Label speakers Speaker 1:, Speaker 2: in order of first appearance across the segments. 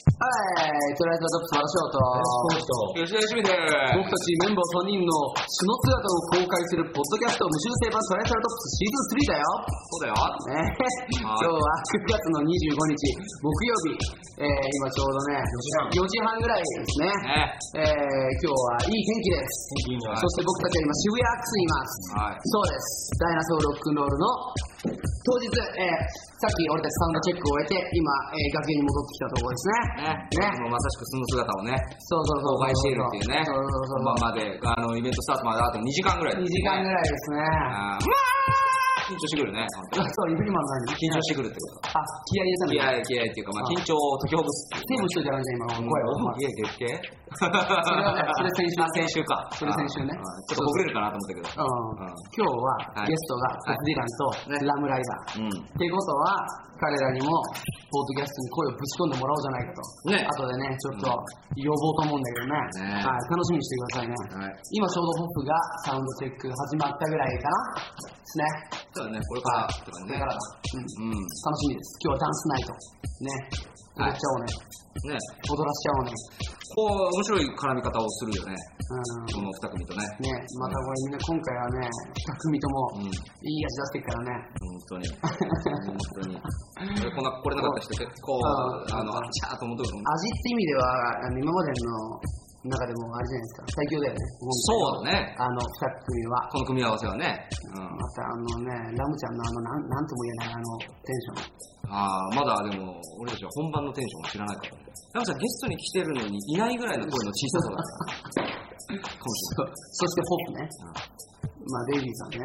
Speaker 1: ー、トライトドップスマラショーと、
Speaker 2: 吉
Speaker 3: と
Speaker 2: 田由美で
Speaker 1: 僕
Speaker 2: す。
Speaker 1: たちメンバー3人の素の姿を公開するポッドキャスト無修正版トライトラトップスシーズン3だよ。
Speaker 2: そう
Speaker 1: ね、今
Speaker 2: だよ。はい
Speaker 1: 日は9月の25日木曜日、えー、今ちょうどね4時半ぐらいですね
Speaker 2: ね。
Speaker 1: えー、今日はいい天気です
Speaker 3: 天気いいね
Speaker 1: そして僕たちは今渋谷アックスにいますそうですダイナソーロックンロ
Speaker 2: はい。
Speaker 1: ールの当日、えー、さっき俺たちサウンドチェックを終えて今、えー、崖に戻ってきたところですね
Speaker 2: ね。
Speaker 1: ね
Speaker 2: もうまさしくその姿をね、
Speaker 1: そうそうそう
Speaker 2: 公開しているっていうね。
Speaker 1: そうそうそう
Speaker 2: 本番まで、あの、イベントスタートまであと2時間ぐらい
Speaker 1: 2時間ぐら
Speaker 2: い。
Speaker 1: いですね
Speaker 2: あー緊張してくるね。本当
Speaker 1: そ
Speaker 2: に
Speaker 1: う今何
Speaker 2: 緊張してくるってこと。
Speaker 1: あ気合い入
Speaker 2: 気
Speaker 1: れたんだ
Speaker 2: 合い気合いっていうか、まあ緊張を解きほぐす。
Speaker 1: 手も一人でやらじゃん今声を
Speaker 2: いや、絶景
Speaker 1: それはねそれ先週
Speaker 2: あ先週か。
Speaker 1: それ先週ね
Speaker 2: あーちょっとほぐれるかなと思った
Speaker 1: うん今日は
Speaker 2: けど。はい
Speaker 1: ゲストがディランとラムライダー。
Speaker 2: はい
Speaker 1: って
Speaker 2: うん。
Speaker 1: ことは、彼らにも、ポートキャストに声をぶち込んでもらおうじゃないかと。後で
Speaker 2: ね
Speaker 1: ね、ちょっと、呼ぼうと思うんだけどね。は
Speaker 2: ね
Speaker 1: い、楽しみにしてくださいね。
Speaker 2: はい。
Speaker 1: 今ちょうど僕がサウンドチェック始まったぐらいかなですね。
Speaker 2: そうだね、これからとか
Speaker 1: こ
Speaker 2: ね。
Speaker 1: れからだ。うん。
Speaker 2: うん。
Speaker 1: 楽しみです。今日はダンスナイト。ね。踊っちゃおうね。
Speaker 2: ね、
Speaker 1: 踊らしちゃおうね。
Speaker 2: こう、面白い絡み方をするよね。
Speaker 1: うん。
Speaker 2: この二組とね。
Speaker 1: ね、またこれみんな今回はね、2組とも
Speaker 2: うん。本
Speaker 1: いい味出してっからね。
Speaker 2: 当に。本当に。俺こんな、これなかった人結構、
Speaker 1: あ
Speaker 2: あの、あちゃーと思うけど。
Speaker 1: 味って意味では、あの今までの中でもあれじゃないですか、最強だよね。
Speaker 2: そうだね。
Speaker 1: あの、二組は。
Speaker 2: この組み合わせはね。うん。
Speaker 1: またあのね、ラムちゃんのあの、なんなんとも言えないあの、テンション。
Speaker 2: ああ、まだでも、俺たちは本番のテンションを知らないからね。ラムちゃんゲストに来てるのにいないぐらいの声の小ささだね。かもし
Speaker 1: そしてホップね。まあ、デイビーさんね。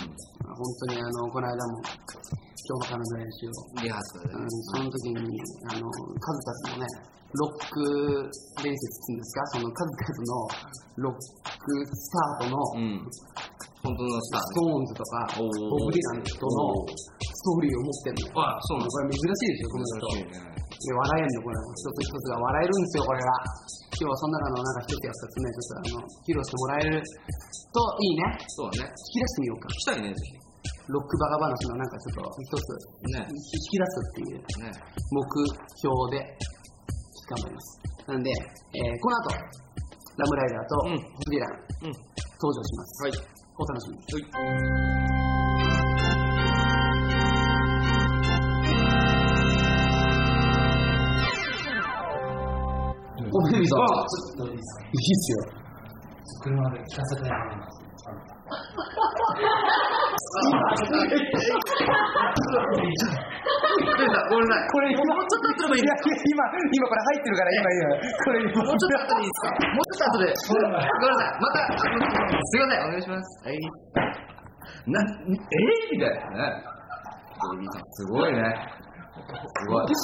Speaker 2: れな
Speaker 1: 本
Speaker 2: い。
Speaker 1: 当にあの、この間も、今日のための練習を。
Speaker 2: うん。リハーサルだ
Speaker 1: う
Speaker 2: ね
Speaker 1: ん、。その時に、あの、数々のね、ロック伝説っていうんですか、その数々のロックスタートの、
Speaker 2: うん。本当のスタ
Speaker 1: ストーンズとか、
Speaker 2: ーお
Speaker 1: ボブ・
Speaker 2: ー
Speaker 1: ディランとのストーリーを持ってんのよ。
Speaker 2: ね。あ、そうなん
Speaker 1: これ珍しいでしょ、この人。
Speaker 2: 珍しいね。
Speaker 1: で笑えんの、これ。一つ一つが笑えるんですよ、これが。今日はその中のなんか一つや二つね、ちょっとあの、披露してもらえるといいね。
Speaker 2: そうだね。
Speaker 1: 引き出してみようか。
Speaker 2: 来たいね、ぜ
Speaker 1: ロックバカ話のなんかちょっと一つ
Speaker 2: ひ。ね。
Speaker 1: 引き出すっていう
Speaker 2: ね。
Speaker 1: 目標で頑張ります。なんで、えーこの後、ラムライダーとボブ・ディラン
Speaker 2: うんうん。
Speaker 1: 登場します。
Speaker 2: はい。
Speaker 1: お楽しみに。
Speaker 2: はい。
Speaker 1: おめでとう
Speaker 2: あ
Speaker 1: いいっすよ。
Speaker 3: 車で聞かせてもら います。
Speaker 1: これ今、もうちょっとやってればいい今、今これ入ってるから、今、今。これ、もうちょっとやっていいですか
Speaker 2: もうちょっと後で、ごめんなさい、また、すいません、お願いします。はい。な、えー、みたいなね。ベイビーさんすごいね。すごい。
Speaker 1: じ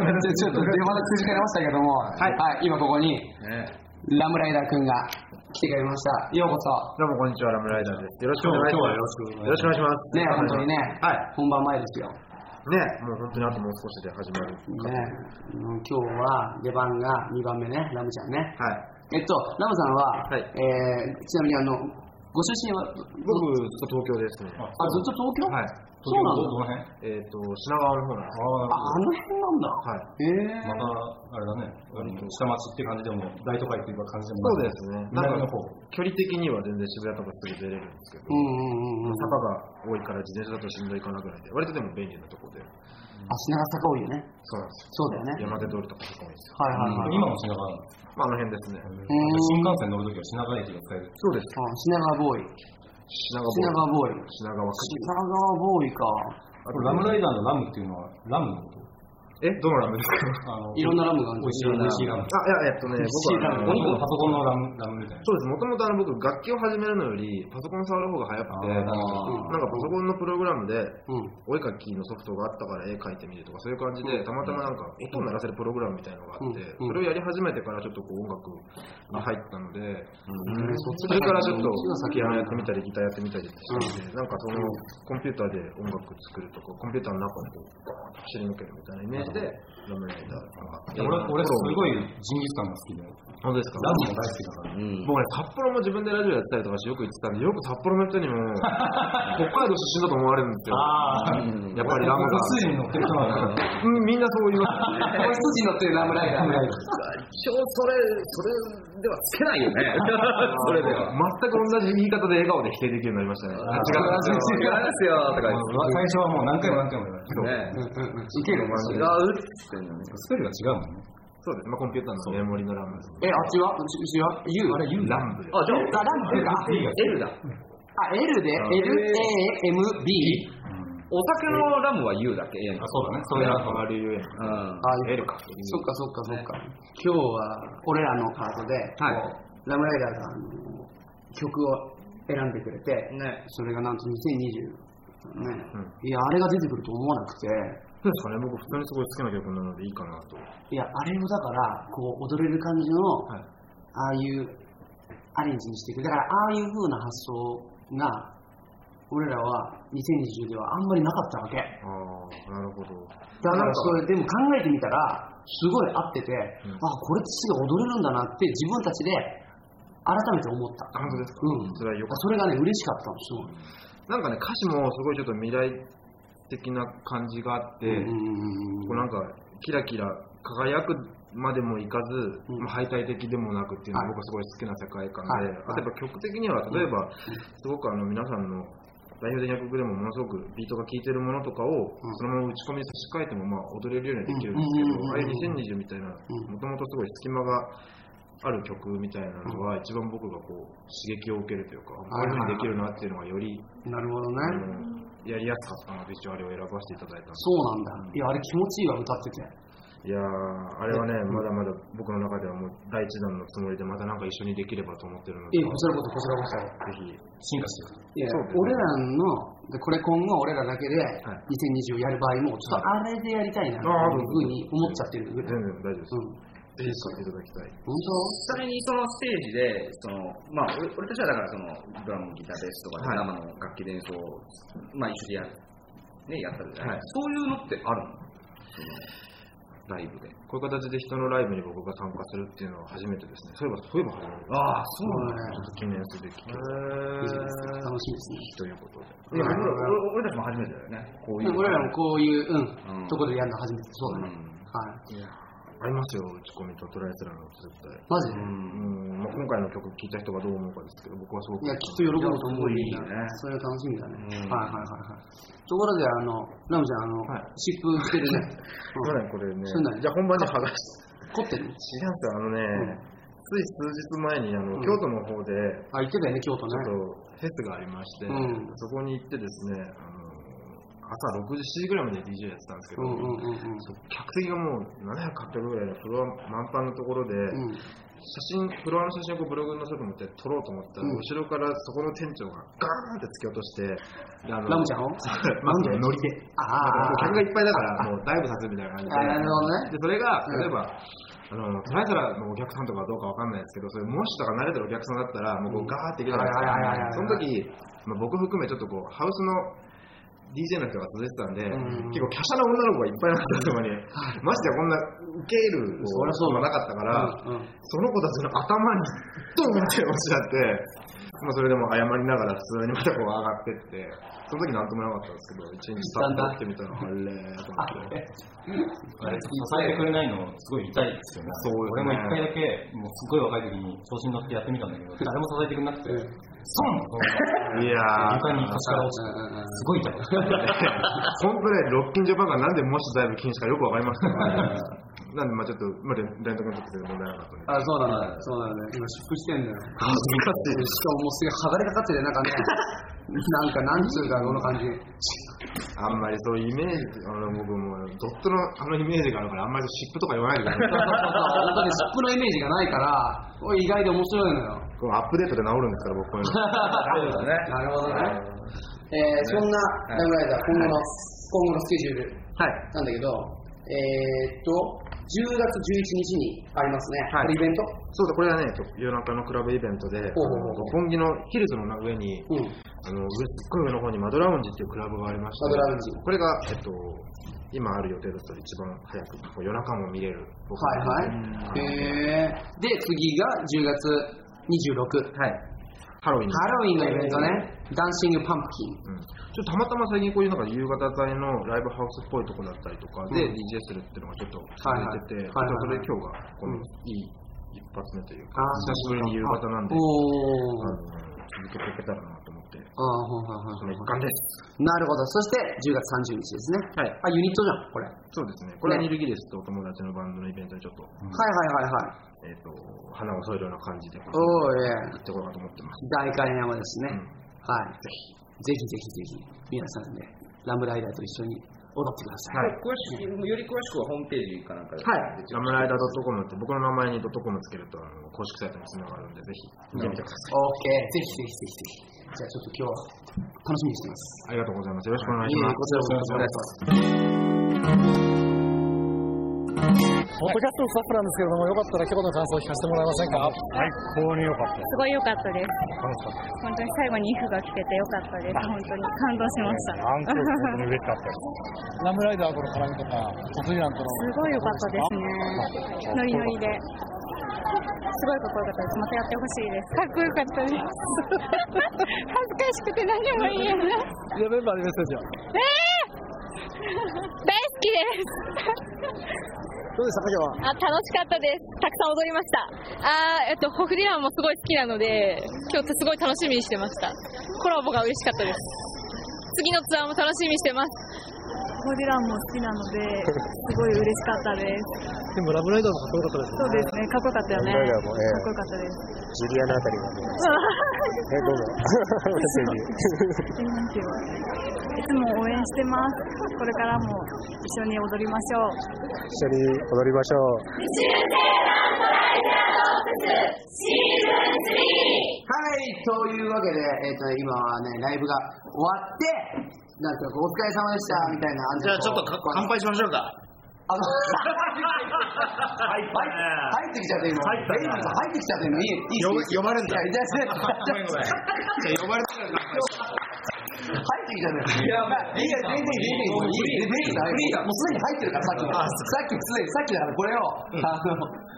Speaker 1: ゃあ、じゃあちょっと電話のくじかれましたけども、はい、今ここに、
Speaker 2: ね、
Speaker 1: ラムライダーくんが来てくれました。ようこそ。
Speaker 4: どうもこんにちは、ラムライダーです。よろしくお願いします。
Speaker 3: 今日
Speaker 4: よろし
Speaker 3: は
Speaker 4: くお願いします。
Speaker 1: ね、本当にね、
Speaker 4: はい。
Speaker 1: 本番前ですよ。
Speaker 4: ね、もう本当にあともう少しで始まる。
Speaker 1: ね、うん今日は出番が2番目ね、ラムちゃんね。
Speaker 4: はい。
Speaker 1: えっと、ラムさんは、
Speaker 4: はい
Speaker 1: えーちなみにあの、ご出身は、
Speaker 4: 僕、
Speaker 1: ど
Speaker 4: 東京ですね。
Speaker 1: あ、
Speaker 3: あ
Speaker 1: ずっと東京、
Speaker 4: はい。
Speaker 1: そうなんだ
Speaker 3: ど
Speaker 4: え
Speaker 3: の辺
Speaker 4: っ、と、品川の方なんです
Speaker 1: あ、あの辺なんだ。えー
Speaker 4: はい。
Speaker 3: また、あれだね、下町って感じでも、大都会っていう感じでも
Speaker 4: そう
Speaker 3: ない
Speaker 4: ですね。な
Speaker 3: 南
Speaker 4: ん
Speaker 3: の
Speaker 4: か
Speaker 3: 方。、
Speaker 4: 距離的には全然渋谷とかすぐ出れるんですけど、
Speaker 1: うんうんうんうん。
Speaker 4: 坂が多いから自転車だとしんどいかなぐらいで、割とでも便利なとこで。
Speaker 1: あ、品川坂多いよね。
Speaker 4: そうなん
Speaker 1: そうだよね。
Speaker 4: ですよ。山手通りとかそこにですよ。
Speaker 1: はいはいはい。
Speaker 3: 今も品川なの
Speaker 4: まあ、あの辺ですね。
Speaker 3: 新幹線乗るときは品川駅が使える。
Speaker 4: そうです。
Speaker 1: あ品川ボーイ。
Speaker 4: 品川
Speaker 1: 品川ボーイ。
Speaker 4: 品川区。
Speaker 1: 品川ボーイか。
Speaker 4: あ
Speaker 3: これラムライダーのラムっていうのは、ラムのこと
Speaker 4: え、どのラムですか
Speaker 3: あの
Speaker 1: いろんなラムがあるん
Speaker 3: 美
Speaker 1: で
Speaker 3: 味
Speaker 1: す
Speaker 3: しい美味しいラ
Speaker 4: あ、いや、えっとね、
Speaker 3: ム。
Speaker 4: 僕はあの、
Speaker 3: お肉のパソコンのラム、ラムみたいな。
Speaker 4: そうです。もともとあの僕、楽器を始めるのより、パソコン触る方が早くて、
Speaker 3: あー
Speaker 4: なんかパソコンのプログラムで、
Speaker 1: うん。
Speaker 4: お絵描きのソフトがあったから絵描いてみるとか、そういう感じで、たまたまなんか音を鳴らせるプログラムみたいなのがあって、
Speaker 1: うん
Speaker 4: それをやり始めてからちょっとこう音楽に入ったので、
Speaker 1: ん
Speaker 4: それからちょっ
Speaker 1: う
Speaker 4: と
Speaker 1: ん
Speaker 4: ピアノやってみたり、ギターやってみたりしてて、なんかそのコンピューターで音楽作るとか、コンピューターの中でこうバーッと走り抜けるみたいなイメーじで、ラムライダーとか。
Speaker 3: 俺、俺すごいジンギスカンが好
Speaker 4: 本当
Speaker 3: きで、
Speaker 4: ですか
Speaker 3: ラムも
Speaker 2: うん
Speaker 4: もうね、札幌も
Speaker 3: 大好きだから。
Speaker 4: 自分でラジオやってたりとかしてよく言ってたんで、よく札幌の人にも、北海道出身だと思われるんですよ。
Speaker 3: あ
Speaker 2: うん
Speaker 4: やっぱりラムが。
Speaker 3: 筋に乗ってる人なん だ
Speaker 4: うん、みんなそう言います。
Speaker 1: これ筋乗ってるラムライダー。
Speaker 2: 一応それ、それではつけないよね。 それでは。
Speaker 4: 全く同じ言い方で笑顔で否定できるようになりましたね。
Speaker 2: 違う、違 うですよ、とか言って。
Speaker 3: 最初はもう何回も何回も言われ
Speaker 2: ね
Speaker 3: て
Speaker 1: うんうんうん。いける
Speaker 2: 違うって言ってんのね。
Speaker 3: スペルが違うもんね。
Speaker 4: そうです。まあ、コンピューターのメモリのラムです
Speaker 1: え、
Speaker 4: ね。
Speaker 1: あっちはうちうちは ?U? あれ U
Speaker 4: ラムで。
Speaker 2: あ、じゃ
Speaker 1: あ、ラ
Speaker 2: あ、
Speaker 1: ムってか。
Speaker 2: L だ。
Speaker 1: あ、L で ?L, A, M, B?
Speaker 2: お酒のラムは U だっけ
Speaker 3: あ、そうだね。そういうのがある。
Speaker 2: うん。
Speaker 4: RUN。
Speaker 1: あ、
Speaker 4: L か。
Speaker 1: そっかそっかそっか。今日は、俺らのパートで、
Speaker 2: はい
Speaker 1: こうラムライダーさんの曲を選んでくれて、
Speaker 2: ね。
Speaker 1: それがなんと2020ね、
Speaker 4: うん
Speaker 1: いや、あれが出てくると思わなくて、
Speaker 4: そうですかね。僕、普通にすごい好きな曲なのでいいかなと。
Speaker 1: いや、あれもだから、こう、踊れる感じの、
Speaker 4: はい
Speaker 1: ああいうアレンジにしていく。だから、ああいう風な発想が、俺らは2020ではあんまりなかったわけ。だ
Speaker 4: ああ、なるほど。
Speaker 1: から、それでも考えてみたら、すごい合ってて、
Speaker 4: う
Speaker 1: あ、
Speaker 4: ん
Speaker 1: これってすごい踊れるんだなって自分たちで改めて思った。
Speaker 4: あ本当ですか
Speaker 1: うん。
Speaker 4: それはよかっ
Speaker 1: それがね、嬉しかったの、すごい。
Speaker 4: た。なんかね、歌詞もすごいちょっと未来的な感じがあって、
Speaker 1: うんうん
Speaker 4: こうなんか、キラキラ輝くまでもいかず、
Speaker 1: うん
Speaker 4: まあ、敗退的でもなくっていうの
Speaker 1: は
Speaker 4: が
Speaker 1: い
Speaker 4: 僕はすごい好きな世界観
Speaker 1: はい
Speaker 4: で、あとやっぱ曲的には、例えば、すごくあの皆さんの代表的な曲でもものすごくビートが聴いてるものとか
Speaker 1: う
Speaker 4: を
Speaker 1: ん
Speaker 4: そのまま打ち込みに差し替えてもまあ踊れるようにはできるんですけ
Speaker 1: うん
Speaker 4: ど、ああいう2020みたいな、
Speaker 1: ん
Speaker 4: もともとすごい隙間がある曲みたいなのは一番僕がこう刺激を受けるというか、こういうふうにできるなっていうのがより
Speaker 1: うん。なるほどね。
Speaker 4: あのやりやすかったので、一応あれを選ばせていただいたんです
Speaker 1: そうなんだ。いや、あれ気持ちいいわ、歌ってて。
Speaker 4: いやー、あれはね、まだまだ僕の中ではもう第一弾のつもりで、またなんか一緒にできればと思ってるので、
Speaker 1: い
Speaker 4: ぜ
Speaker 1: や、こちらこそ、こちらこそ。
Speaker 4: ひ、
Speaker 3: 進化して
Speaker 1: い
Speaker 3: る。
Speaker 1: や、
Speaker 4: そうですね
Speaker 1: 俺らの、でこれ今後俺らだけで2020をやる場合も、ちょっとあれでやりたいなって
Speaker 4: ああ
Speaker 1: いうふうに思っちゃってるぐ
Speaker 4: 全
Speaker 1: らい。うん。
Speaker 4: 然大丈夫です。ぜひ使っていただき
Speaker 1: 本
Speaker 4: たい。
Speaker 1: 当
Speaker 2: ちなみにそのステージで、その、まあ、俺俺たちはだからその、ドラム、ギター、ベースとかで生の楽器で演奏を、まあ、一緒にやる。ね、やったじゃない
Speaker 4: はい
Speaker 2: そういうのってあるのその、ライブで。
Speaker 4: こういう形で人のライブに僕が参加するっていうのは初めてですね。そういえば、そういえば初めて。
Speaker 2: ああ、
Speaker 1: そ
Speaker 2: そ
Speaker 1: う
Speaker 4: ちょっと記念すべき日
Speaker 1: だね。いいじゃないですか。楽しみですね。
Speaker 4: ということ
Speaker 2: い
Speaker 4: で。
Speaker 2: や俺俺俺たちも初めてだよね。こういう。
Speaker 1: で俺らもこういう、うん、
Speaker 2: うん
Speaker 1: とこでやるの初めて。そうだ
Speaker 2: う
Speaker 1: ね。はい。
Speaker 2: ん。
Speaker 4: ありますよ、打ち込みとトライアスラーの絶対。
Speaker 1: マジで
Speaker 4: うん、まあ、今回の曲聴いた人がどう思うかですけど、僕はすご
Speaker 1: い
Speaker 4: く。
Speaker 1: や、きっと喜ぶと思う
Speaker 2: いやすごいいいね
Speaker 1: それは楽しみだね。
Speaker 2: うん
Speaker 1: はいはいはいはい。ところで、あの、ラムちゃん、あの、
Speaker 4: はい
Speaker 1: 湿布着てるね。う
Speaker 4: そう
Speaker 1: ん
Speaker 4: だね、これね
Speaker 1: そうだね。
Speaker 4: じゃあ本番で剥がして。
Speaker 1: 凝ってる
Speaker 4: 違うんですよ、あの
Speaker 1: う
Speaker 4: ね、
Speaker 1: ん
Speaker 4: つい数日前にあの、
Speaker 1: うん
Speaker 4: 京都の方で、
Speaker 1: あ、言ってたよね、京都ね。
Speaker 4: ちょっとフェスがありまして、
Speaker 1: うん
Speaker 4: そこに行ってですね、あの朝6時、7時ぐらいまで DJ やってたんですけ
Speaker 1: うんう
Speaker 4: ど、
Speaker 1: んうんうん。
Speaker 4: そう客席がもう700、800ぐらいのフロア満帆のところで、
Speaker 1: うん
Speaker 4: 写真、フロアの写真をこうブログに載せようと思って撮ろうと思ったら、
Speaker 1: うん
Speaker 4: 後ろからそこの店長がガーンって突き落として、であの
Speaker 1: ラムちゃんを
Speaker 4: まずね乗り手。
Speaker 1: ああ、
Speaker 4: 客がいっぱいだから、もうダイブさせるみたいな感じで。
Speaker 1: あなるほどね
Speaker 4: で、それが、例えば、あの、トライサラのお客さんとかどうかわかんないですけど、それ、もしとか慣れてるお客さんだったら、もうこうガーっていけるじゃ
Speaker 1: はいはいはい
Speaker 4: な
Speaker 1: はいい
Speaker 4: ですか。その時、まあ、僕含めちょっとこう、ハウスの DJ の人が続いてた
Speaker 1: うん
Speaker 4: んで、結構、華奢な女の子がいっぱいなったそこに。ましてやこんな、受け入る、
Speaker 1: そりゃそうだ
Speaker 4: がな
Speaker 1: う
Speaker 4: かったから、
Speaker 1: んうん
Speaker 4: その子たちの頭に、ドーンって落ちちゃって、まあ、それでも謝りながら普通にまたこう上がってって、その時なんともなかったんですけど、一日
Speaker 1: だんだん
Speaker 4: 経ってみたら、あれーと思って。
Speaker 3: あれ、支えてくれないの、すごい痛いですよね。
Speaker 4: そうですね
Speaker 3: 俺も一回だけ、もうすごい若い時に調子に乗ってやってみたんだけ ど、誰も支えてくれなくて、
Speaker 1: うん
Speaker 3: そん
Speaker 4: いやー、
Speaker 3: 床に腰から落ちて、
Speaker 1: うんうんうん
Speaker 3: すごい痛かった。
Speaker 4: 本当ね、ロッキンジャパンがなんでもしだいぶ禁止かよくわかりましたね。なんで、まあちょっと、まあ、レンレント君にとって問題なかったんで。
Speaker 1: あ、そうなんだ。そうなんだね。今、出布してんだよ。
Speaker 4: 恥ずか
Speaker 1: しかも、もうすげえ剥がれかかってて、なんかね、なんか、なんつうか、この感じ。
Speaker 4: あんまりそういうイメージ、あの僕もうドットのあのイメージがあるから、あんまり湿布とか言わないでください。
Speaker 1: 本当に湿布のイメージがないから、これ意外で面白いのよ。
Speaker 4: こうアップデートで治るんですから、僕こういうの。
Speaker 2: そうだね。
Speaker 1: なるほどね。えー、そんなラブライダー、今後の、今後のスケジュール
Speaker 2: はい。
Speaker 1: なんだけど、えーっと、10月11日にありますね。
Speaker 4: はい
Speaker 1: これイベント
Speaker 4: そうだ、これはね、夜中のクラブイベントで、あの
Speaker 1: ほうほうほう
Speaker 4: 六本木のヒルズの上に、
Speaker 1: うん。
Speaker 4: あの上すっごい上の方にマドラウンジっていうクラブがありまして、
Speaker 1: マドラウンジ
Speaker 4: これが、えっと、今ある予定だと一番早く、もう夜中も見れる。
Speaker 1: はいはい。へえ。で、次が10月26。
Speaker 4: はい。ハロウィン。
Speaker 1: ハロウィンのイベントね。ダンシングパンプキン。
Speaker 4: うん、ちょっとたまたま最近こういうなんか夕方帯のライブハウスっぽいとこだったりとか
Speaker 1: う
Speaker 4: で
Speaker 1: ん
Speaker 4: DJ するっていうのがちょっと
Speaker 1: はいはい
Speaker 4: 続いてて、
Speaker 1: はいはい
Speaker 4: それで今日がこの
Speaker 1: うん
Speaker 4: いい一発目というか、
Speaker 1: あー
Speaker 4: 久しぶりに夕方なんで、あ
Speaker 1: おー。
Speaker 4: の続けていけたらなと思って、
Speaker 1: あーほんほんほんほ
Speaker 4: その
Speaker 1: ん
Speaker 4: 一環です。
Speaker 1: なるほど。そして10月30日ですね。あ、
Speaker 4: はい
Speaker 1: ユニットじゃん、これ。はい
Speaker 4: そうですね。これは
Speaker 1: ね
Speaker 4: ニルギリスとお友達のバンドのイベントにちょっ
Speaker 1: は
Speaker 4: と、
Speaker 1: いはいはい。
Speaker 4: えっ、と、花を添えるような感じで、行
Speaker 1: おー、ええ
Speaker 4: ってこようかと思ってます。
Speaker 1: 大観山ですね。
Speaker 4: うん
Speaker 1: はい。ぜひぜひぜひ、皆さんで、ラムライダーと一緒に踊ってください。
Speaker 4: はい
Speaker 2: 詳しく、より詳しくはホームページかなんかで。
Speaker 1: はい
Speaker 4: ラムライダー .com って僕の名前に .com つけるとあの公式サイトにつながるんで、ぜひ見てみてください。
Speaker 1: オーケー。ぜひぜひぜひぜひ。じゃあちょっと今日は楽しみにしてます。
Speaker 4: ありがとうございます。よろしくお願
Speaker 1: いえい
Speaker 4: いし
Speaker 1: えこちらこそお願いしま
Speaker 4: ます。
Speaker 1: す。
Speaker 5: ポッドキャストのスタッフなんですけれども、よかったら今日の感想を聞かせてもらえませんか
Speaker 6: 最高に良かったです
Speaker 7: ごい良かったです。
Speaker 6: す。楽しかったです。
Speaker 7: 本当に最後にイフが来てて良かったです。本当に感動しました。
Speaker 6: あんこ本当に嬉しかったです。
Speaker 5: ラムライダーとの絡みとか、突然なんとの。
Speaker 7: すごい良かったですね。ノリノリで。すごいかっこよかったです。またやってほしいです。かっこよかったです。恥ずかしくて何も言えな
Speaker 5: じ
Speaker 7: い。
Speaker 5: ゃあメンバーにメッセージを。
Speaker 7: 大好きです。
Speaker 5: どうでしたか今日は。
Speaker 7: あ、楽しかったです。たくさん踊りました。あー、えっと、ホフディランもすごい好きなので、今日すごい楽しみにしてました。コラボが嬉しかったです。次のツアーも楽しみにしてます。
Speaker 8: ホデランも好きなので、すごい嬉しかったです。
Speaker 5: でもラムライダーもかっこよかったです。
Speaker 8: そうですね、かっこよかったよね。
Speaker 6: ホデランもね
Speaker 8: かっこよかったです。
Speaker 6: ジュリアのあたりがね、 えどうぞ、メッセージ。
Speaker 8: いいつも応援してます。これからも一緒に踊りましょう。
Speaker 6: 一緒に踊りましょう。
Speaker 1: はい、というわけで、えっ、と、今はね、ライブが終わって、なんかこうお疲れ様でした、みたいな。
Speaker 2: じゃあちょっとか乾杯しましょうか。
Speaker 1: あの、入ったね入ってきちゃって、今。入った、入ってきちゃって、今。いい、いい。
Speaker 2: 呼ば呼ばれんだ
Speaker 1: いやいやいや
Speaker 2: ごめんごめん。じゃあ呼ばれたら乾杯しよう
Speaker 1: 入ってきちゃって。いや、まあ、いいや、全然、全然、いい。全然、もうすでに入ってるから、さっきの。さっき、すでに、さっきだから、これを、あ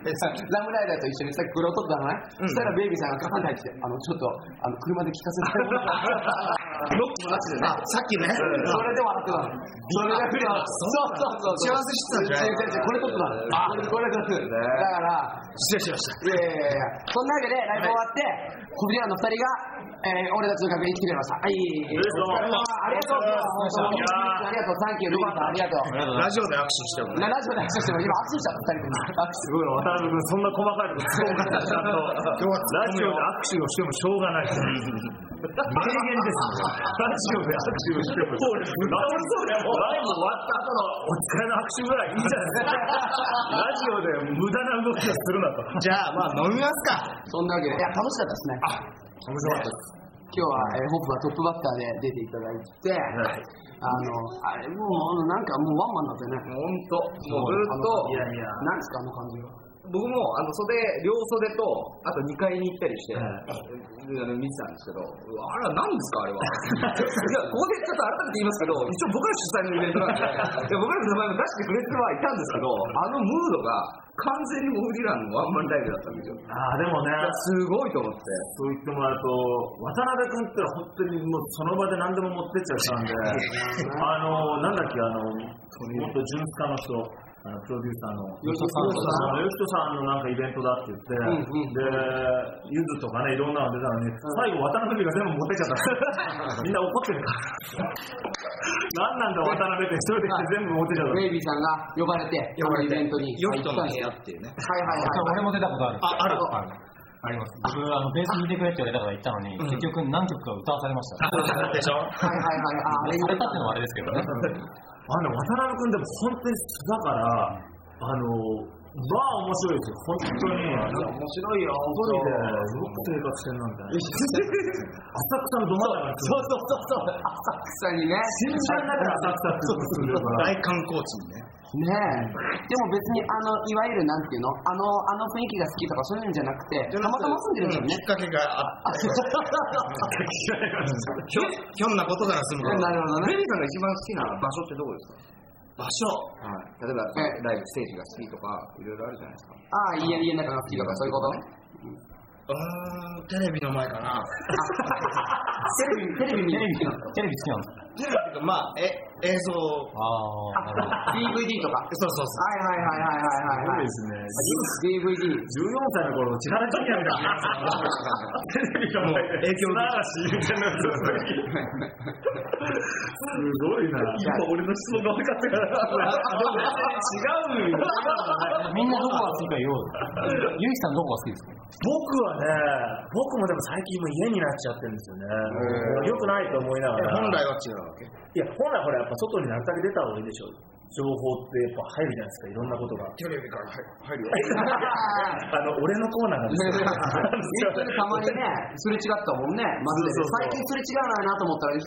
Speaker 1: の、ラムライダーと一緒にさっきこれを撮ったのね。そしたら、ベイビーさんがカバンに入ってきて、あの、ちょっと、あの、車で聞かせて。
Speaker 2: ロックの話でね。さっきね。
Speaker 1: それで笑ってたの。それで笑ってたの。そうそうそう。
Speaker 2: 幸せしてたんじゃない
Speaker 1: 違う違う違うこれ撮ってたの。これ、これ撮ってたのだから、
Speaker 2: 失礼しました。
Speaker 1: いやいやいやいやそんなわけで、ライブ終わって、ホビラの二人が、えー、俺たちの楽屋に来てくれました。はい。ありがとうございます。ありがとう、サンキュー、ルビーさん、ありがとう。
Speaker 2: ラジオで握手してもね。
Speaker 1: ラジオで握手しても、今握手しちゃった、二人分。握手。
Speaker 9: すごい、渡辺君、そんな細かいことすごかった。ちゃんと、ラジオで握手をしてもしょうがない。名言ですね。ラジオで握手をしても。ライブでもライブ終わった後のお疲れの握手ぐらいいいんじゃないですか。ラジオで無駄な動きをするなと。
Speaker 2: じゃあ、まあ飲みますか。
Speaker 1: そんなわけで、いや、楽しかったですね。あ、
Speaker 9: 面白かったです。
Speaker 1: 今日は、えーホップがトップバッターで出ていただいて、あの、あれ、もう、なんかもうワンマンだったよね。
Speaker 2: ほんと。もうず
Speaker 1: い
Speaker 2: っと。
Speaker 1: やいや。なんですか、あの感じは。
Speaker 2: 僕もあの袖、両袖と、あと2階に行ったりして、あの見てたんですけど、うわあれは何ですか、あれは。いや、ここでちょっと改めて言いますけど、一応僕ら主催のイベントなんで、いや僕らの名前も出してくれてはいたんですけど、あのムードが完全にモフディランのワンマンライブだったんですよ。
Speaker 9: ああ、でもね、
Speaker 2: すごいと思って。
Speaker 9: そう言ってもらうと、渡辺君ってのは本当にもうその場で何でも持ってっちゃう人なんで、あの、なんだっけ、あの、元純スカの人、あの、プロデューサー
Speaker 1: 吉田さん
Speaker 9: の、あの、よしとさんのなんかイベントだって言って、
Speaker 1: うんうん
Speaker 9: で、ゆずとかね、いろんなの出たのに、最後渡辺が全部持ってっちゃった。みんな怒ってるから。何なんだ渡辺って一人で来て全部持ってっちゃった。
Speaker 1: ベイビーさんが呼ばれて、あのイベントに
Speaker 2: 良
Speaker 1: 入
Speaker 2: い
Speaker 1: っ
Speaker 2: と
Speaker 1: た
Speaker 2: の
Speaker 1: んです
Speaker 2: 部屋
Speaker 1: よ。
Speaker 2: っていうね。
Speaker 1: はいはいはい。
Speaker 3: 俺も出たことあ
Speaker 2: あ、ある。
Speaker 3: る。あります。僕、あの、ベース弾いてくれって言われたから行ったのに、結局何曲か歌わされました。
Speaker 9: でしょ
Speaker 1: はいはいはい。あ、あれ
Speaker 3: されたってのはあれですけどね。
Speaker 9: あの、渡辺君でも本当に素だから、あの、まあ面白いですよ、本当に。面白いよ、本当に。よく生活してんなみ たいな。浅草のど真ん中そうそうそうそう。
Speaker 1: 草にね。
Speaker 9: 新車の中で浅草ってことするから。
Speaker 2: 大観光地にね。
Speaker 1: ねえ。でも別に、あの、いわゆるなんていうのあの、あの雰囲気が好きとかそういうんじゃなくて、たまたま住んでるんだよね。
Speaker 2: きっかけがあって。ひょひょんなことから済むか
Speaker 1: なる
Speaker 2: ら。
Speaker 1: ほどね
Speaker 2: ベリーさんが一番好きな場所ってどこですか
Speaker 1: あ
Speaker 2: 場所。
Speaker 4: はい。
Speaker 2: 例えば、
Speaker 1: ええ
Speaker 2: ライブ、ステージが好きとか、いろいろあるじゃないですか。
Speaker 1: ああ、いいや、いいや、なんか好きとか、そういうこと
Speaker 2: うーん、テレビの前かな。
Speaker 1: テレビ、テレビ見る。
Speaker 3: テレビ好きなんで
Speaker 2: テレビって
Speaker 3: すか
Speaker 2: いうか、まあ、え、映像。 そ
Speaker 3: ああ、なるほど。
Speaker 1: DVD とか。
Speaker 2: うそうそう。
Speaker 1: はいはいはいはいはいはい。
Speaker 9: すね。
Speaker 1: DVD。
Speaker 9: 14歳の頃、千原ジュニアみたいな。 テレビがもう影響だらしいみたいなすごいな。今俺の質問が悪かった から。 違うよ。
Speaker 3: みんなどこが好きか言おうよ。ゆうきさんどこが好きですか
Speaker 9: 僕はね、僕もでも最近もう家になっちゃってるんですよね。よくないと思いながら。
Speaker 2: 本来は違うわけ。
Speaker 9: いや、本来ほらやっぱ外になるだけ出た方がいいでしょ。情報ってやっぱ入るじゃないですか、いろんなことが。
Speaker 2: テレビから入るよ。
Speaker 9: あの、俺のコ ーナーなんですよ。
Speaker 1: 本当にたまに ね、すれ違ったもんね、マジで
Speaker 9: そう
Speaker 1: 最
Speaker 9: そうそう
Speaker 1: 近すれ違わないなと思ったら、引っ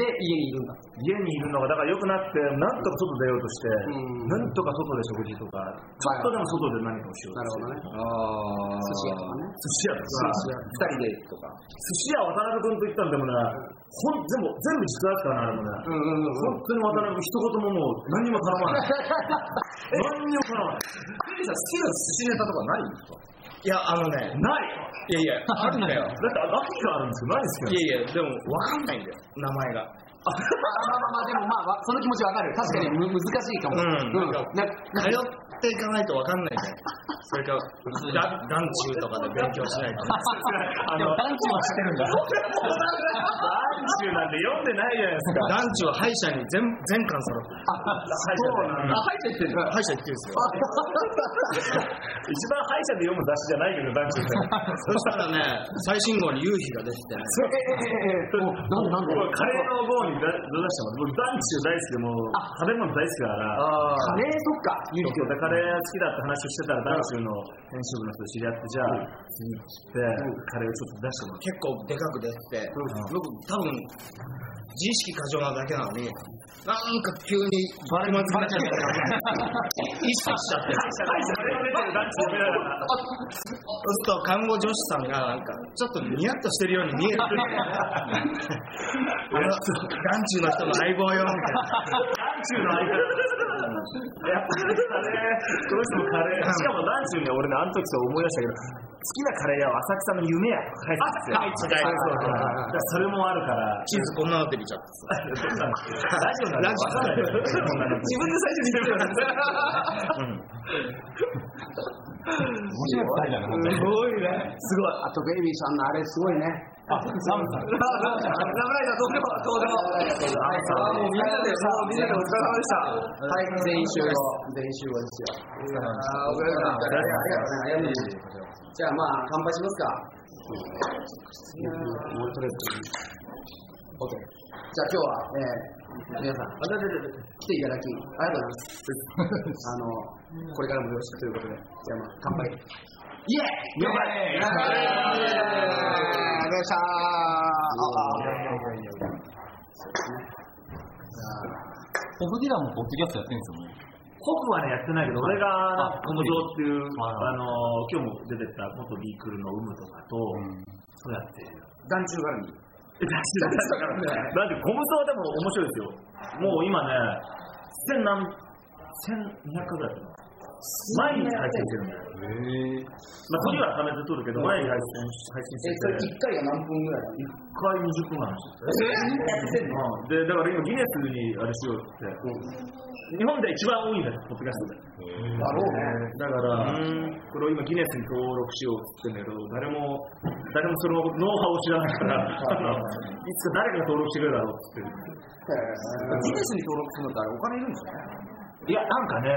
Speaker 1: 越したんだって、最近。
Speaker 9: 最近また引っ
Speaker 1: 引っ越
Speaker 9: 越して、
Speaker 1: して、で、家にいるんだ。
Speaker 9: 家にいるのがだから良くなくて、なんとか外出ようとし
Speaker 1: う
Speaker 9: て
Speaker 1: ん、
Speaker 9: なんとか外で食事とか、ちょっとでも外で何かをしよう
Speaker 1: なるほどね。
Speaker 2: あー。
Speaker 1: 寿司屋とかね。
Speaker 9: 寿司屋とか、
Speaker 2: 二人で行くとか。
Speaker 9: 寿司屋渡辺君と行ったんでもね、ほん、全部、全部実話だったな、あれもね。
Speaker 1: うんうんうん。
Speaker 9: 本当に渡辺君、一言ももう何にも頼 まない。何にも頼まない。
Speaker 2: 好きな寿司ネタとかないんですかいや、あのね、
Speaker 9: ない
Speaker 2: いやいや、あるんだよ。
Speaker 9: だって秋があるんです
Speaker 2: いやいや、で
Speaker 9: よ、何ですか
Speaker 2: も、わかんないんだよ、名前が。
Speaker 1: まあまあまあ、でもまあ、わその気持ちわかる。確かにむ難しいかも。なな
Speaker 2: うん通っていかないとわかんないんだよ。それか、だ団中とかで勉強しないと。
Speaker 1: でも、団地は知ってるんだ。
Speaker 9: 満州なんて読んでないじゃないで
Speaker 2: 団地は歯医者に
Speaker 9: すか。
Speaker 2: 全全巻揃 ってる。
Speaker 1: そうなんだ。入ってってる。
Speaker 2: 歯医者行ってるんですよ。
Speaker 9: 一番歯医者で読む雑誌じゃないけど、男子って。
Speaker 2: そしたらね、最新号に夕日が出てきてね、
Speaker 1: え、え、え、え、え、おなんなんで
Speaker 9: 僕はカレーの号に出出してます。僕、団地大好きで、もう食べ物大好
Speaker 1: カレーそっか。
Speaker 9: きだから。そうそうでカレー好きだって話をしてたら、男子の編集部の人と知り合って、じゃあ、次に来て、カレーをちょっと出しても
Speaker 2: 結構で
Speaker 9: らって。
Speaker 2: かく出てて、僕多分、自意識過剰なだけなのに、なんか急にバレまずくなっちゃって、意識しちゃってる。そうすると看護助手さんがなんかちょっとニヤッとしてるように見えるあの団中の人の相棒よみたいな
Speaker 9: 中の間やっぱりだね、この人もカレー、しかも団中には俺ね、あの時そう思い出したけど、好きなカレー屋は浅草の夢屋とか書いてたんですよ。
Speaker 2: あ
Speaker 9: そうそうそうだからそれもあるから、
Speaker 2: チーズこんなの出てきちゃってさ
Speaker 9: ラジオなんですよラジオなんですよ。自分で最初に言って
Speaker 3: 面白い
Speaker 9: たん
Speaker 3: 二人だね、本当に。
Speaker 9: ごいね。すごい。
Speaker 1: あと、ベイビーさんのあれすごいね。あ、サムさん。 サムさん。ラムライダーどうでも、どうでも。はい、もうみんなで、もうみんなでお疲れ様でした。はい、全員集合。全員集合ですよ。あー、お疲れ様でした。ありがとうございます。じゃあまあ、乾杯しますか。オッケー。じゃあ今日は、えー、皆さん、私たち来ていただき、ありがとうございます。あの、これからもよろしくということで、じゃあまあ、乾杯。イエーイ乾杯乾杯ありがとうございました
Speaker 3: ホフディランもポッドキャストやってるんですよね。
Speaker 9: 僕はね、やってないけど、俺が、あのコムドっていう、
Speaker 3: は
Speaker 9: あの、今日も出てた元ビークルの有無とかと、そうやって。
Speaker 1: 団中があるに。
Speaker 9: だって、コムドはでも面白いですよ。もう今ね、千何、千二百ぐらいかな。毎日配信して
Speaker 3: へえ。
Speaker 9: るんだよ。まあ、鳥は貯めて撮るけど、毎日配信配
Speaker 1: え、それ
Speaker 9: 信してて。
Speaker 1: 1回が何分ぐらい
Speaker 9: 一回20分ぐらい話してる。うんで、だから今ギネスにあれしようって。日本で一番多いんだよ、ポッドキャストで。
Speaker 1: だろうね。
Speaker 9: だから、これを今ギネスに登録しようって言ってんだけど、誰も、誰もそのノウハウを知らないから、あのいつか誰かが登録してくれるだろうって言って
Speaker 1: ビジネスに登録するのってあれお金いるんですね。
Speaker 9: る。いや、なんかね、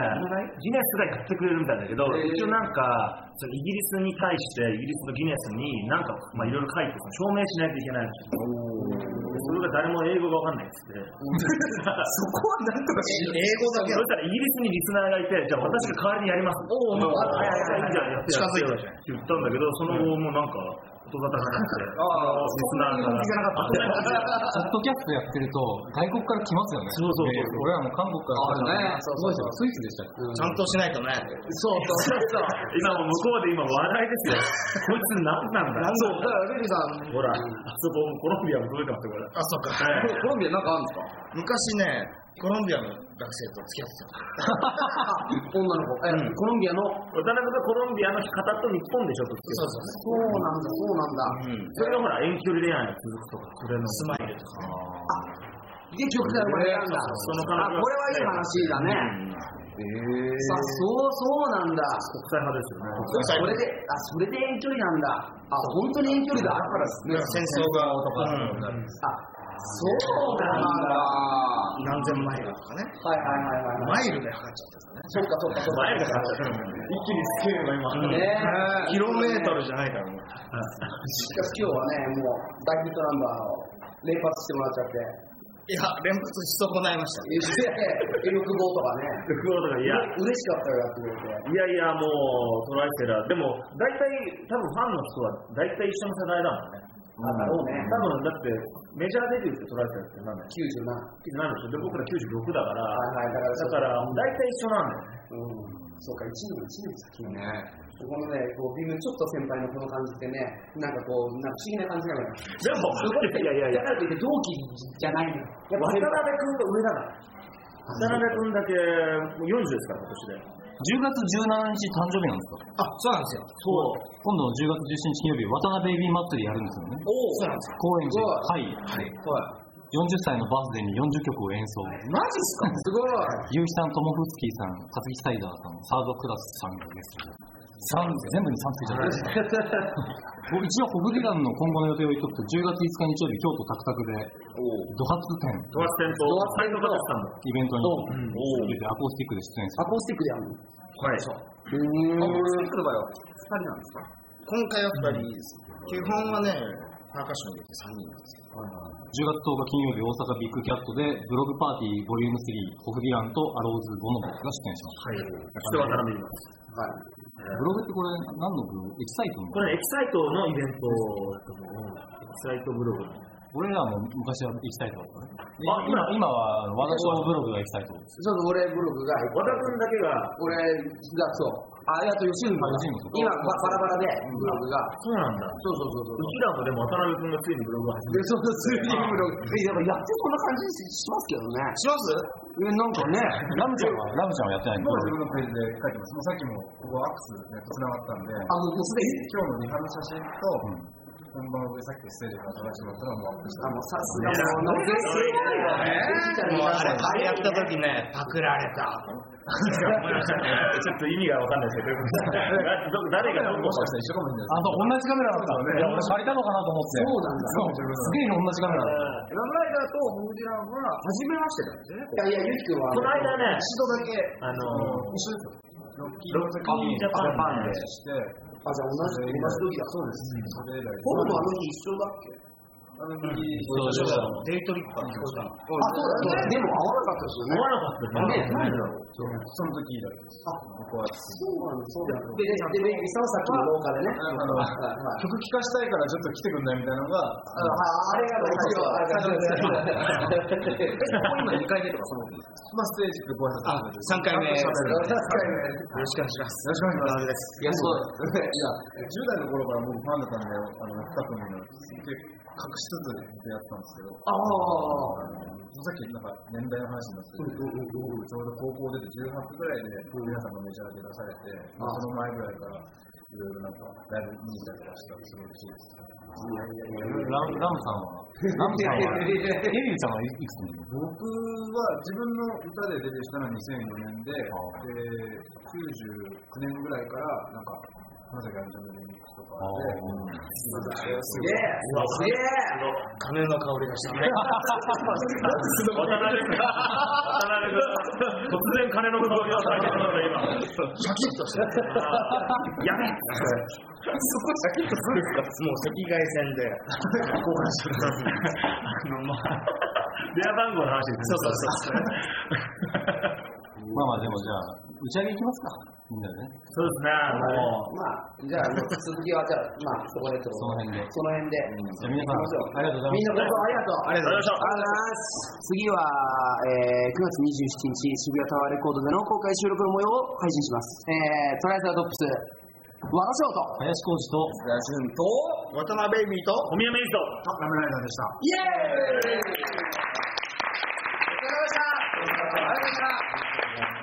Speaker 9: ギネスが買ってくれるみたいだけど、
Speaker 1: えー
Speaker 9: 一応なんか、そのイギリスに対して、イギリスのギネスになんか、まあいろいろ書いて、その証明しないといけないんですよ。それが誰も英語がわかんないっつ って。
Speaker 1: そこはなんとかし
Speaker 2: 英語だけ
Speaker 9: そしたらイギリスにリスナーがいて、じゃあ私が代わりにやります。おお、もう、はいはいはい、じゃあやってやってよって言ったんだけど、その後もうなんか、音沙汰がなくて。ああ、そんなに聞かなかった。
Speaker 3: ポッドキャストやってると、外国から来ますよね。
Speaker 9: そうそうそ
Speaker 3: で
Speaker 9: う
Speaker 3: 俺らも韓国から来た
Speaker 1: ね。
Speaker 3: から。
Speaker 1: そうそう
Speaker 3: スイスでしたっけ
Speaker 2: ちゃんとしないとね。
Speaker 1: そうそうそう。
Speaker 9: 今もう向こうで今笑い ですよ。こいつ何なんだ。
Speaker 1: そう、だから、レミさん、
Speaker 9: ほら、あそこもコロンビアも届いてますよ、これ。
Speaker 2: あ、そうか。
Speaker 1: コロンビアなんかあるんですか
Speaker 2: 昔ね、コロンビアの学生と付き合ってた。
Speaker 1: 女の子、えコロンビアの。
Speaker 9: 渡辺君がコロンビアの方と日本でちょっと
Speaker 2: そうそ
Speaker 1: そ
Speaker 2: う
Speaker 1: うなんだ、そうなんだ。
Speaker 2: そう。うん。
Speaker 9: それがほら遠距離恋愛に続くとか、それの。
Speaker 2: スマイルとか。
Speaker 1: で、曲だ、これ選んだ。
Speaker 9: その
Speaker 1: あ、
Speaker 9: 彼
Speaker 1: こ
Speaker 9: 女
Speaker 1: れはいい話だね。
Speaker 9: ええ。
Speaker 1: あ、そう、そうなんだ。
Speaker 9: 国際派で
Speaker 1: そ
Speaker 2: 際
Speaker 9: すよね。
Speaker 1: れで、あ、それで遠距離なんだ。あ、本当に遠距離だ。だから
Speaker 2: だから戦争が
Speaker 1: あ、
Speaker 2: とか、
Speaker 1: そうなんだ。は
Speaker 2: 何千マイルとかね。
Speaker 1: いはいはいはい。
Speaker 2: マイルで測っちゃったんで
Speaker 1: そ
Speaker 2: す
Speaker 1: っかそっかそっか。
Speaker 2: 一気にスケールが今。
Speaker 1: ねえ。
Speaker 2: キロメートルじゃないからもう。
Speaker 1: しかし今日はね、もう大ヒットナンバーを連発してもらっちゃって。
Speaker 2: いや、連発し損ないました。
Speaker 1: え、え、欲望とかね。
Speaker 9: 福岡がいや、
Speaker 1: 嬉しかったよ、やってくれて。
Speaker 9: いやいや、もう、トライセラ。でも、大体、多分ファンの人は大体一緒の世代だもんね。
Speaker 1: あ、だろうね。
Speaker 9: 多分、だって、メジャーデビューってトライセラって何だよ。
Speaker 1: 97。
Speaker 9: なんでしょう。で、僕ら96だから、
Speaker 1: はいはい、だから、
Speaker 9: だから、大体一緒なんだよ
Speaker 1: う
Speaker 9: ね。
Speaker 1: んそうか、1年、1年先のね。ここのね、こう、微妙にちょっと先輩のこの感じってね、なんかこう、なんか不思議な感じなのよ。
Speaker 9: でも、いやいやいや、
Speaker 1: だからといって同期じゃないのよ。や
Speaker 9: 渡
Speaker 1: っぱ
Speaker 9: 辺
Speaker 1: 先輩
Speaker 9: 君が上だから。渡辺君だけ、もう40ですから、今年で。
Speaker 3: 10月17日誕生日なんです
Speaker 2: あ、
Speaker 3: か
Speaker 2: そうなんですよ。
Speaker 3: そう。今度10月17日金曜日、渡辺ベイビー祭りやるんですよね。
Speaker 2: おそうなんですよ。
Speaker 3: 高円寺。はい。
Speaker 2: はい。
Speaker 3: 40歳のバースデーに40曲を演奏。
Speaker 1: マジっすかすごい。
Speaker 3: ゆうひさん、ともふつきさん、かずきサイダーさん、サードクラスさんがゲストで。三全部に3つじゃないですか。 僕一応、ホグリランの今後の予定を言っとくと、10月5日日曜日、京都タクタクで、ドハツ展、
Speaker 9: ドアステンと、斎藤和樹さんも。
Speaker 3: イベントに、出てアコースティック
Speaker 1: ア
Speaker 3: で出演す
Speaker 1: コースティックでやるのう
Speaker 9: はい。そう。
Speaker 1: ーん。
Speaker 2: コースティッ
Speaker 1: クの場合は2人なんですか
Speaker 2: 今回は2人です。基本はね、パーカッションで3人なんですよ。
Speaker 3: る。10月10日金曜日、大阪ビッグキャットで、ブログパーティーボリューム3、ホグリランとアローズ・ボノボが出演します。
Speaker 9: はい。そして渡辺います。
Speaker 1: はい。
Speaker 3: ブログってこれ、何のブログエキサイトの
Speaker 9: これね、エキサイトのイベントだと思う。エキサイトブログ。
Speaker 3: 俺らも昔はエキサイトだったね。
Speaker 9: あ
Speaker 3: 今、今は、和田翔ブログがエキサイトです。
Speaker 1: ちょっと俺ブログが入って俺
Speaker 9: 和田君だけが、
Speaker 1: がそう。あ、あと吉野
Speaker 3: あ
Speaker 1: が
Speaker 3: 吉野
Speaker 1: 今、ババラバラで、ブログが。
Speaker 9: そうなんだ。う
Speaker 1: そうそうそうそう。
Speaker 9: ちらもでも渡辺君がついにブログを始め
Speaker 1: で、そのスリーブログ。え、やっぱやってそんな感じしますけどね。え、なんか
Speaker 2: します
Speaker 1: ね。
Speaker 3: ラムちゃんは、ラムちゃんはやってないんだ
Speaker 10: もう自分のページで書いてます。もうさっきもここアクスネット繋がったんで、今日のリハの写真と、
Speaker 1: あ、もうすでに。
Speaker 10: 本番上さっきステージから撮らせてもらったのもアップした。
Speaker 1: あ、もうさすがもう、
Speaker 2: もうあれ、あれやった時ね、パクられた。
Speaker 9: た。ちょっと意味がわかんないですけど、 ど誰がどう
Speaker 10: もしかしたら一緒かもしれない
Speaker 3: あ、そう、同じカメラだったね。いや、俺借りたのかなと思って。
Speaker 1: そうなんだ
Speaker 3: そうすげ
Speaker 1: ラブライダーとホグジランは、初めましてなんですね。い
Speaker 3: え同じカメラだった。
Speaker 9: か。
Speaker 1: やいや、ゆきくんは。
Speaker 9: この間ね、
Speaker 1: 一度だけ。
Speaker 9: あの、
Speaker 10: 一緒ですよ。ロッキー
Speaker 9: ロッキージャパンで、
Speaker 10: して、
Speaker 1: あ、じゃあ同じ、同じ時だ。そうで
Speaker 10: そ
Speaker 1: す。
Speaker 10: れ以来、
Speaker 1: ほぼあの日一緒だっけ
Speaker 10: あの時、
Speaker 2: デイトリッパーの人だ。
Speaker 1: あ、そうだね。でも合わなかったですよね
Speaker 9: 思。わなか
Speaker 10: その時以来です。僕は
Speaker 9: ったですね。なんでだろう。
Speaker 1: そうなんです、そうなんです。で、で、レイさんはさっきの廊下でね。
Speaker 10: あの
Speaker 1: はい
Speaker 10: 曲聴かしたいからちょっと来てくんないみたいなのが、
Speaker 1: ああれが大事よ。
Speaker 2: 今2回目とかその
Speaker 10: まあ、ステージでご挨拶
Speaker 2: あ、3回目。よろ
Speaker 1: 確
Speaker 2: しく
Speaker 1: かに。
Speaker 2: お願いします。
Speaker 10: よろしくお願いします。
Speaker 1: いや、そう。
Speaker 10: 10
Speaker 1: いや、
Speaker 10: 代の頃から僕ファンだったんで、あの、深くの、で、隠しつつやってたんですけど、
Speaker 1: ああ。
Speaker 10: さっきなんか年代の話になってて、僕ちょうど高校出て18ぐらいで、皆さんがメジャーで出されて、その前ぐらいから、いろいろなんか、ライブ見に行ったりとかしたら、すごい嬉しいです。
Speaker 3: ラムラムさんは、ラムさんは、エビューさんはいくつなの
Speaker 10: 僕は自分の歌でデビューしたのは2004年で、で99年ぐらいから、なんか、浜崎あゆみさんのリミックスとかで、
Speaker 1: すげえすげえ
Speaker 2: 金の香りがしたね。
Speaker 9: 渡辺君、渡辺君、突然金のことを言わされたので、今。
Speaker 2: シャキッとしてる。
Speaker 9: やべ
Speaker 2: そこシャキッとするんで すかもう赤外線で。交換してる。 あの、まあ。
Speaker 9: 電話番号の話
Speaker 2: そう
Speaker 9: ですね。
Speaker 2: そうそう。
Speaker 3: まあまあ、でもじゃあ、ち上げいきますか、みんなでね。
Speaker 9: そうですね、もう。
Speaker 11: まあ、じゃあ、続きは、じゃあ、まあ、そこでってこと
Speaker 3: その辺で
Speaker 11: その辺で。
Speaker 3: じゃあ皆さん
Speaker 11: 行きましょ
Speaker 3: あ
Speaker 11: みんなごありがとう。
Speaker 3: りがとうございます
Speaker 9: ありがとうございました。
Speaker 1: 次は、えー9月27日、渋谷タワーレコードでの公開収録の模様を配信します。えー、トライサードップス、和田翔と、
Speaker 3: 林浩二と、
Speaker 2: ラジュンと、
Speaker 11: 渡辺美と、
Speaker 9: 小宮メイト。
Speaker 4: ラム
Speaker 11: イエーイ
Speaker 4: ライダーでした。
Speaker 11: お疲れ様でした。お疲れ様でした。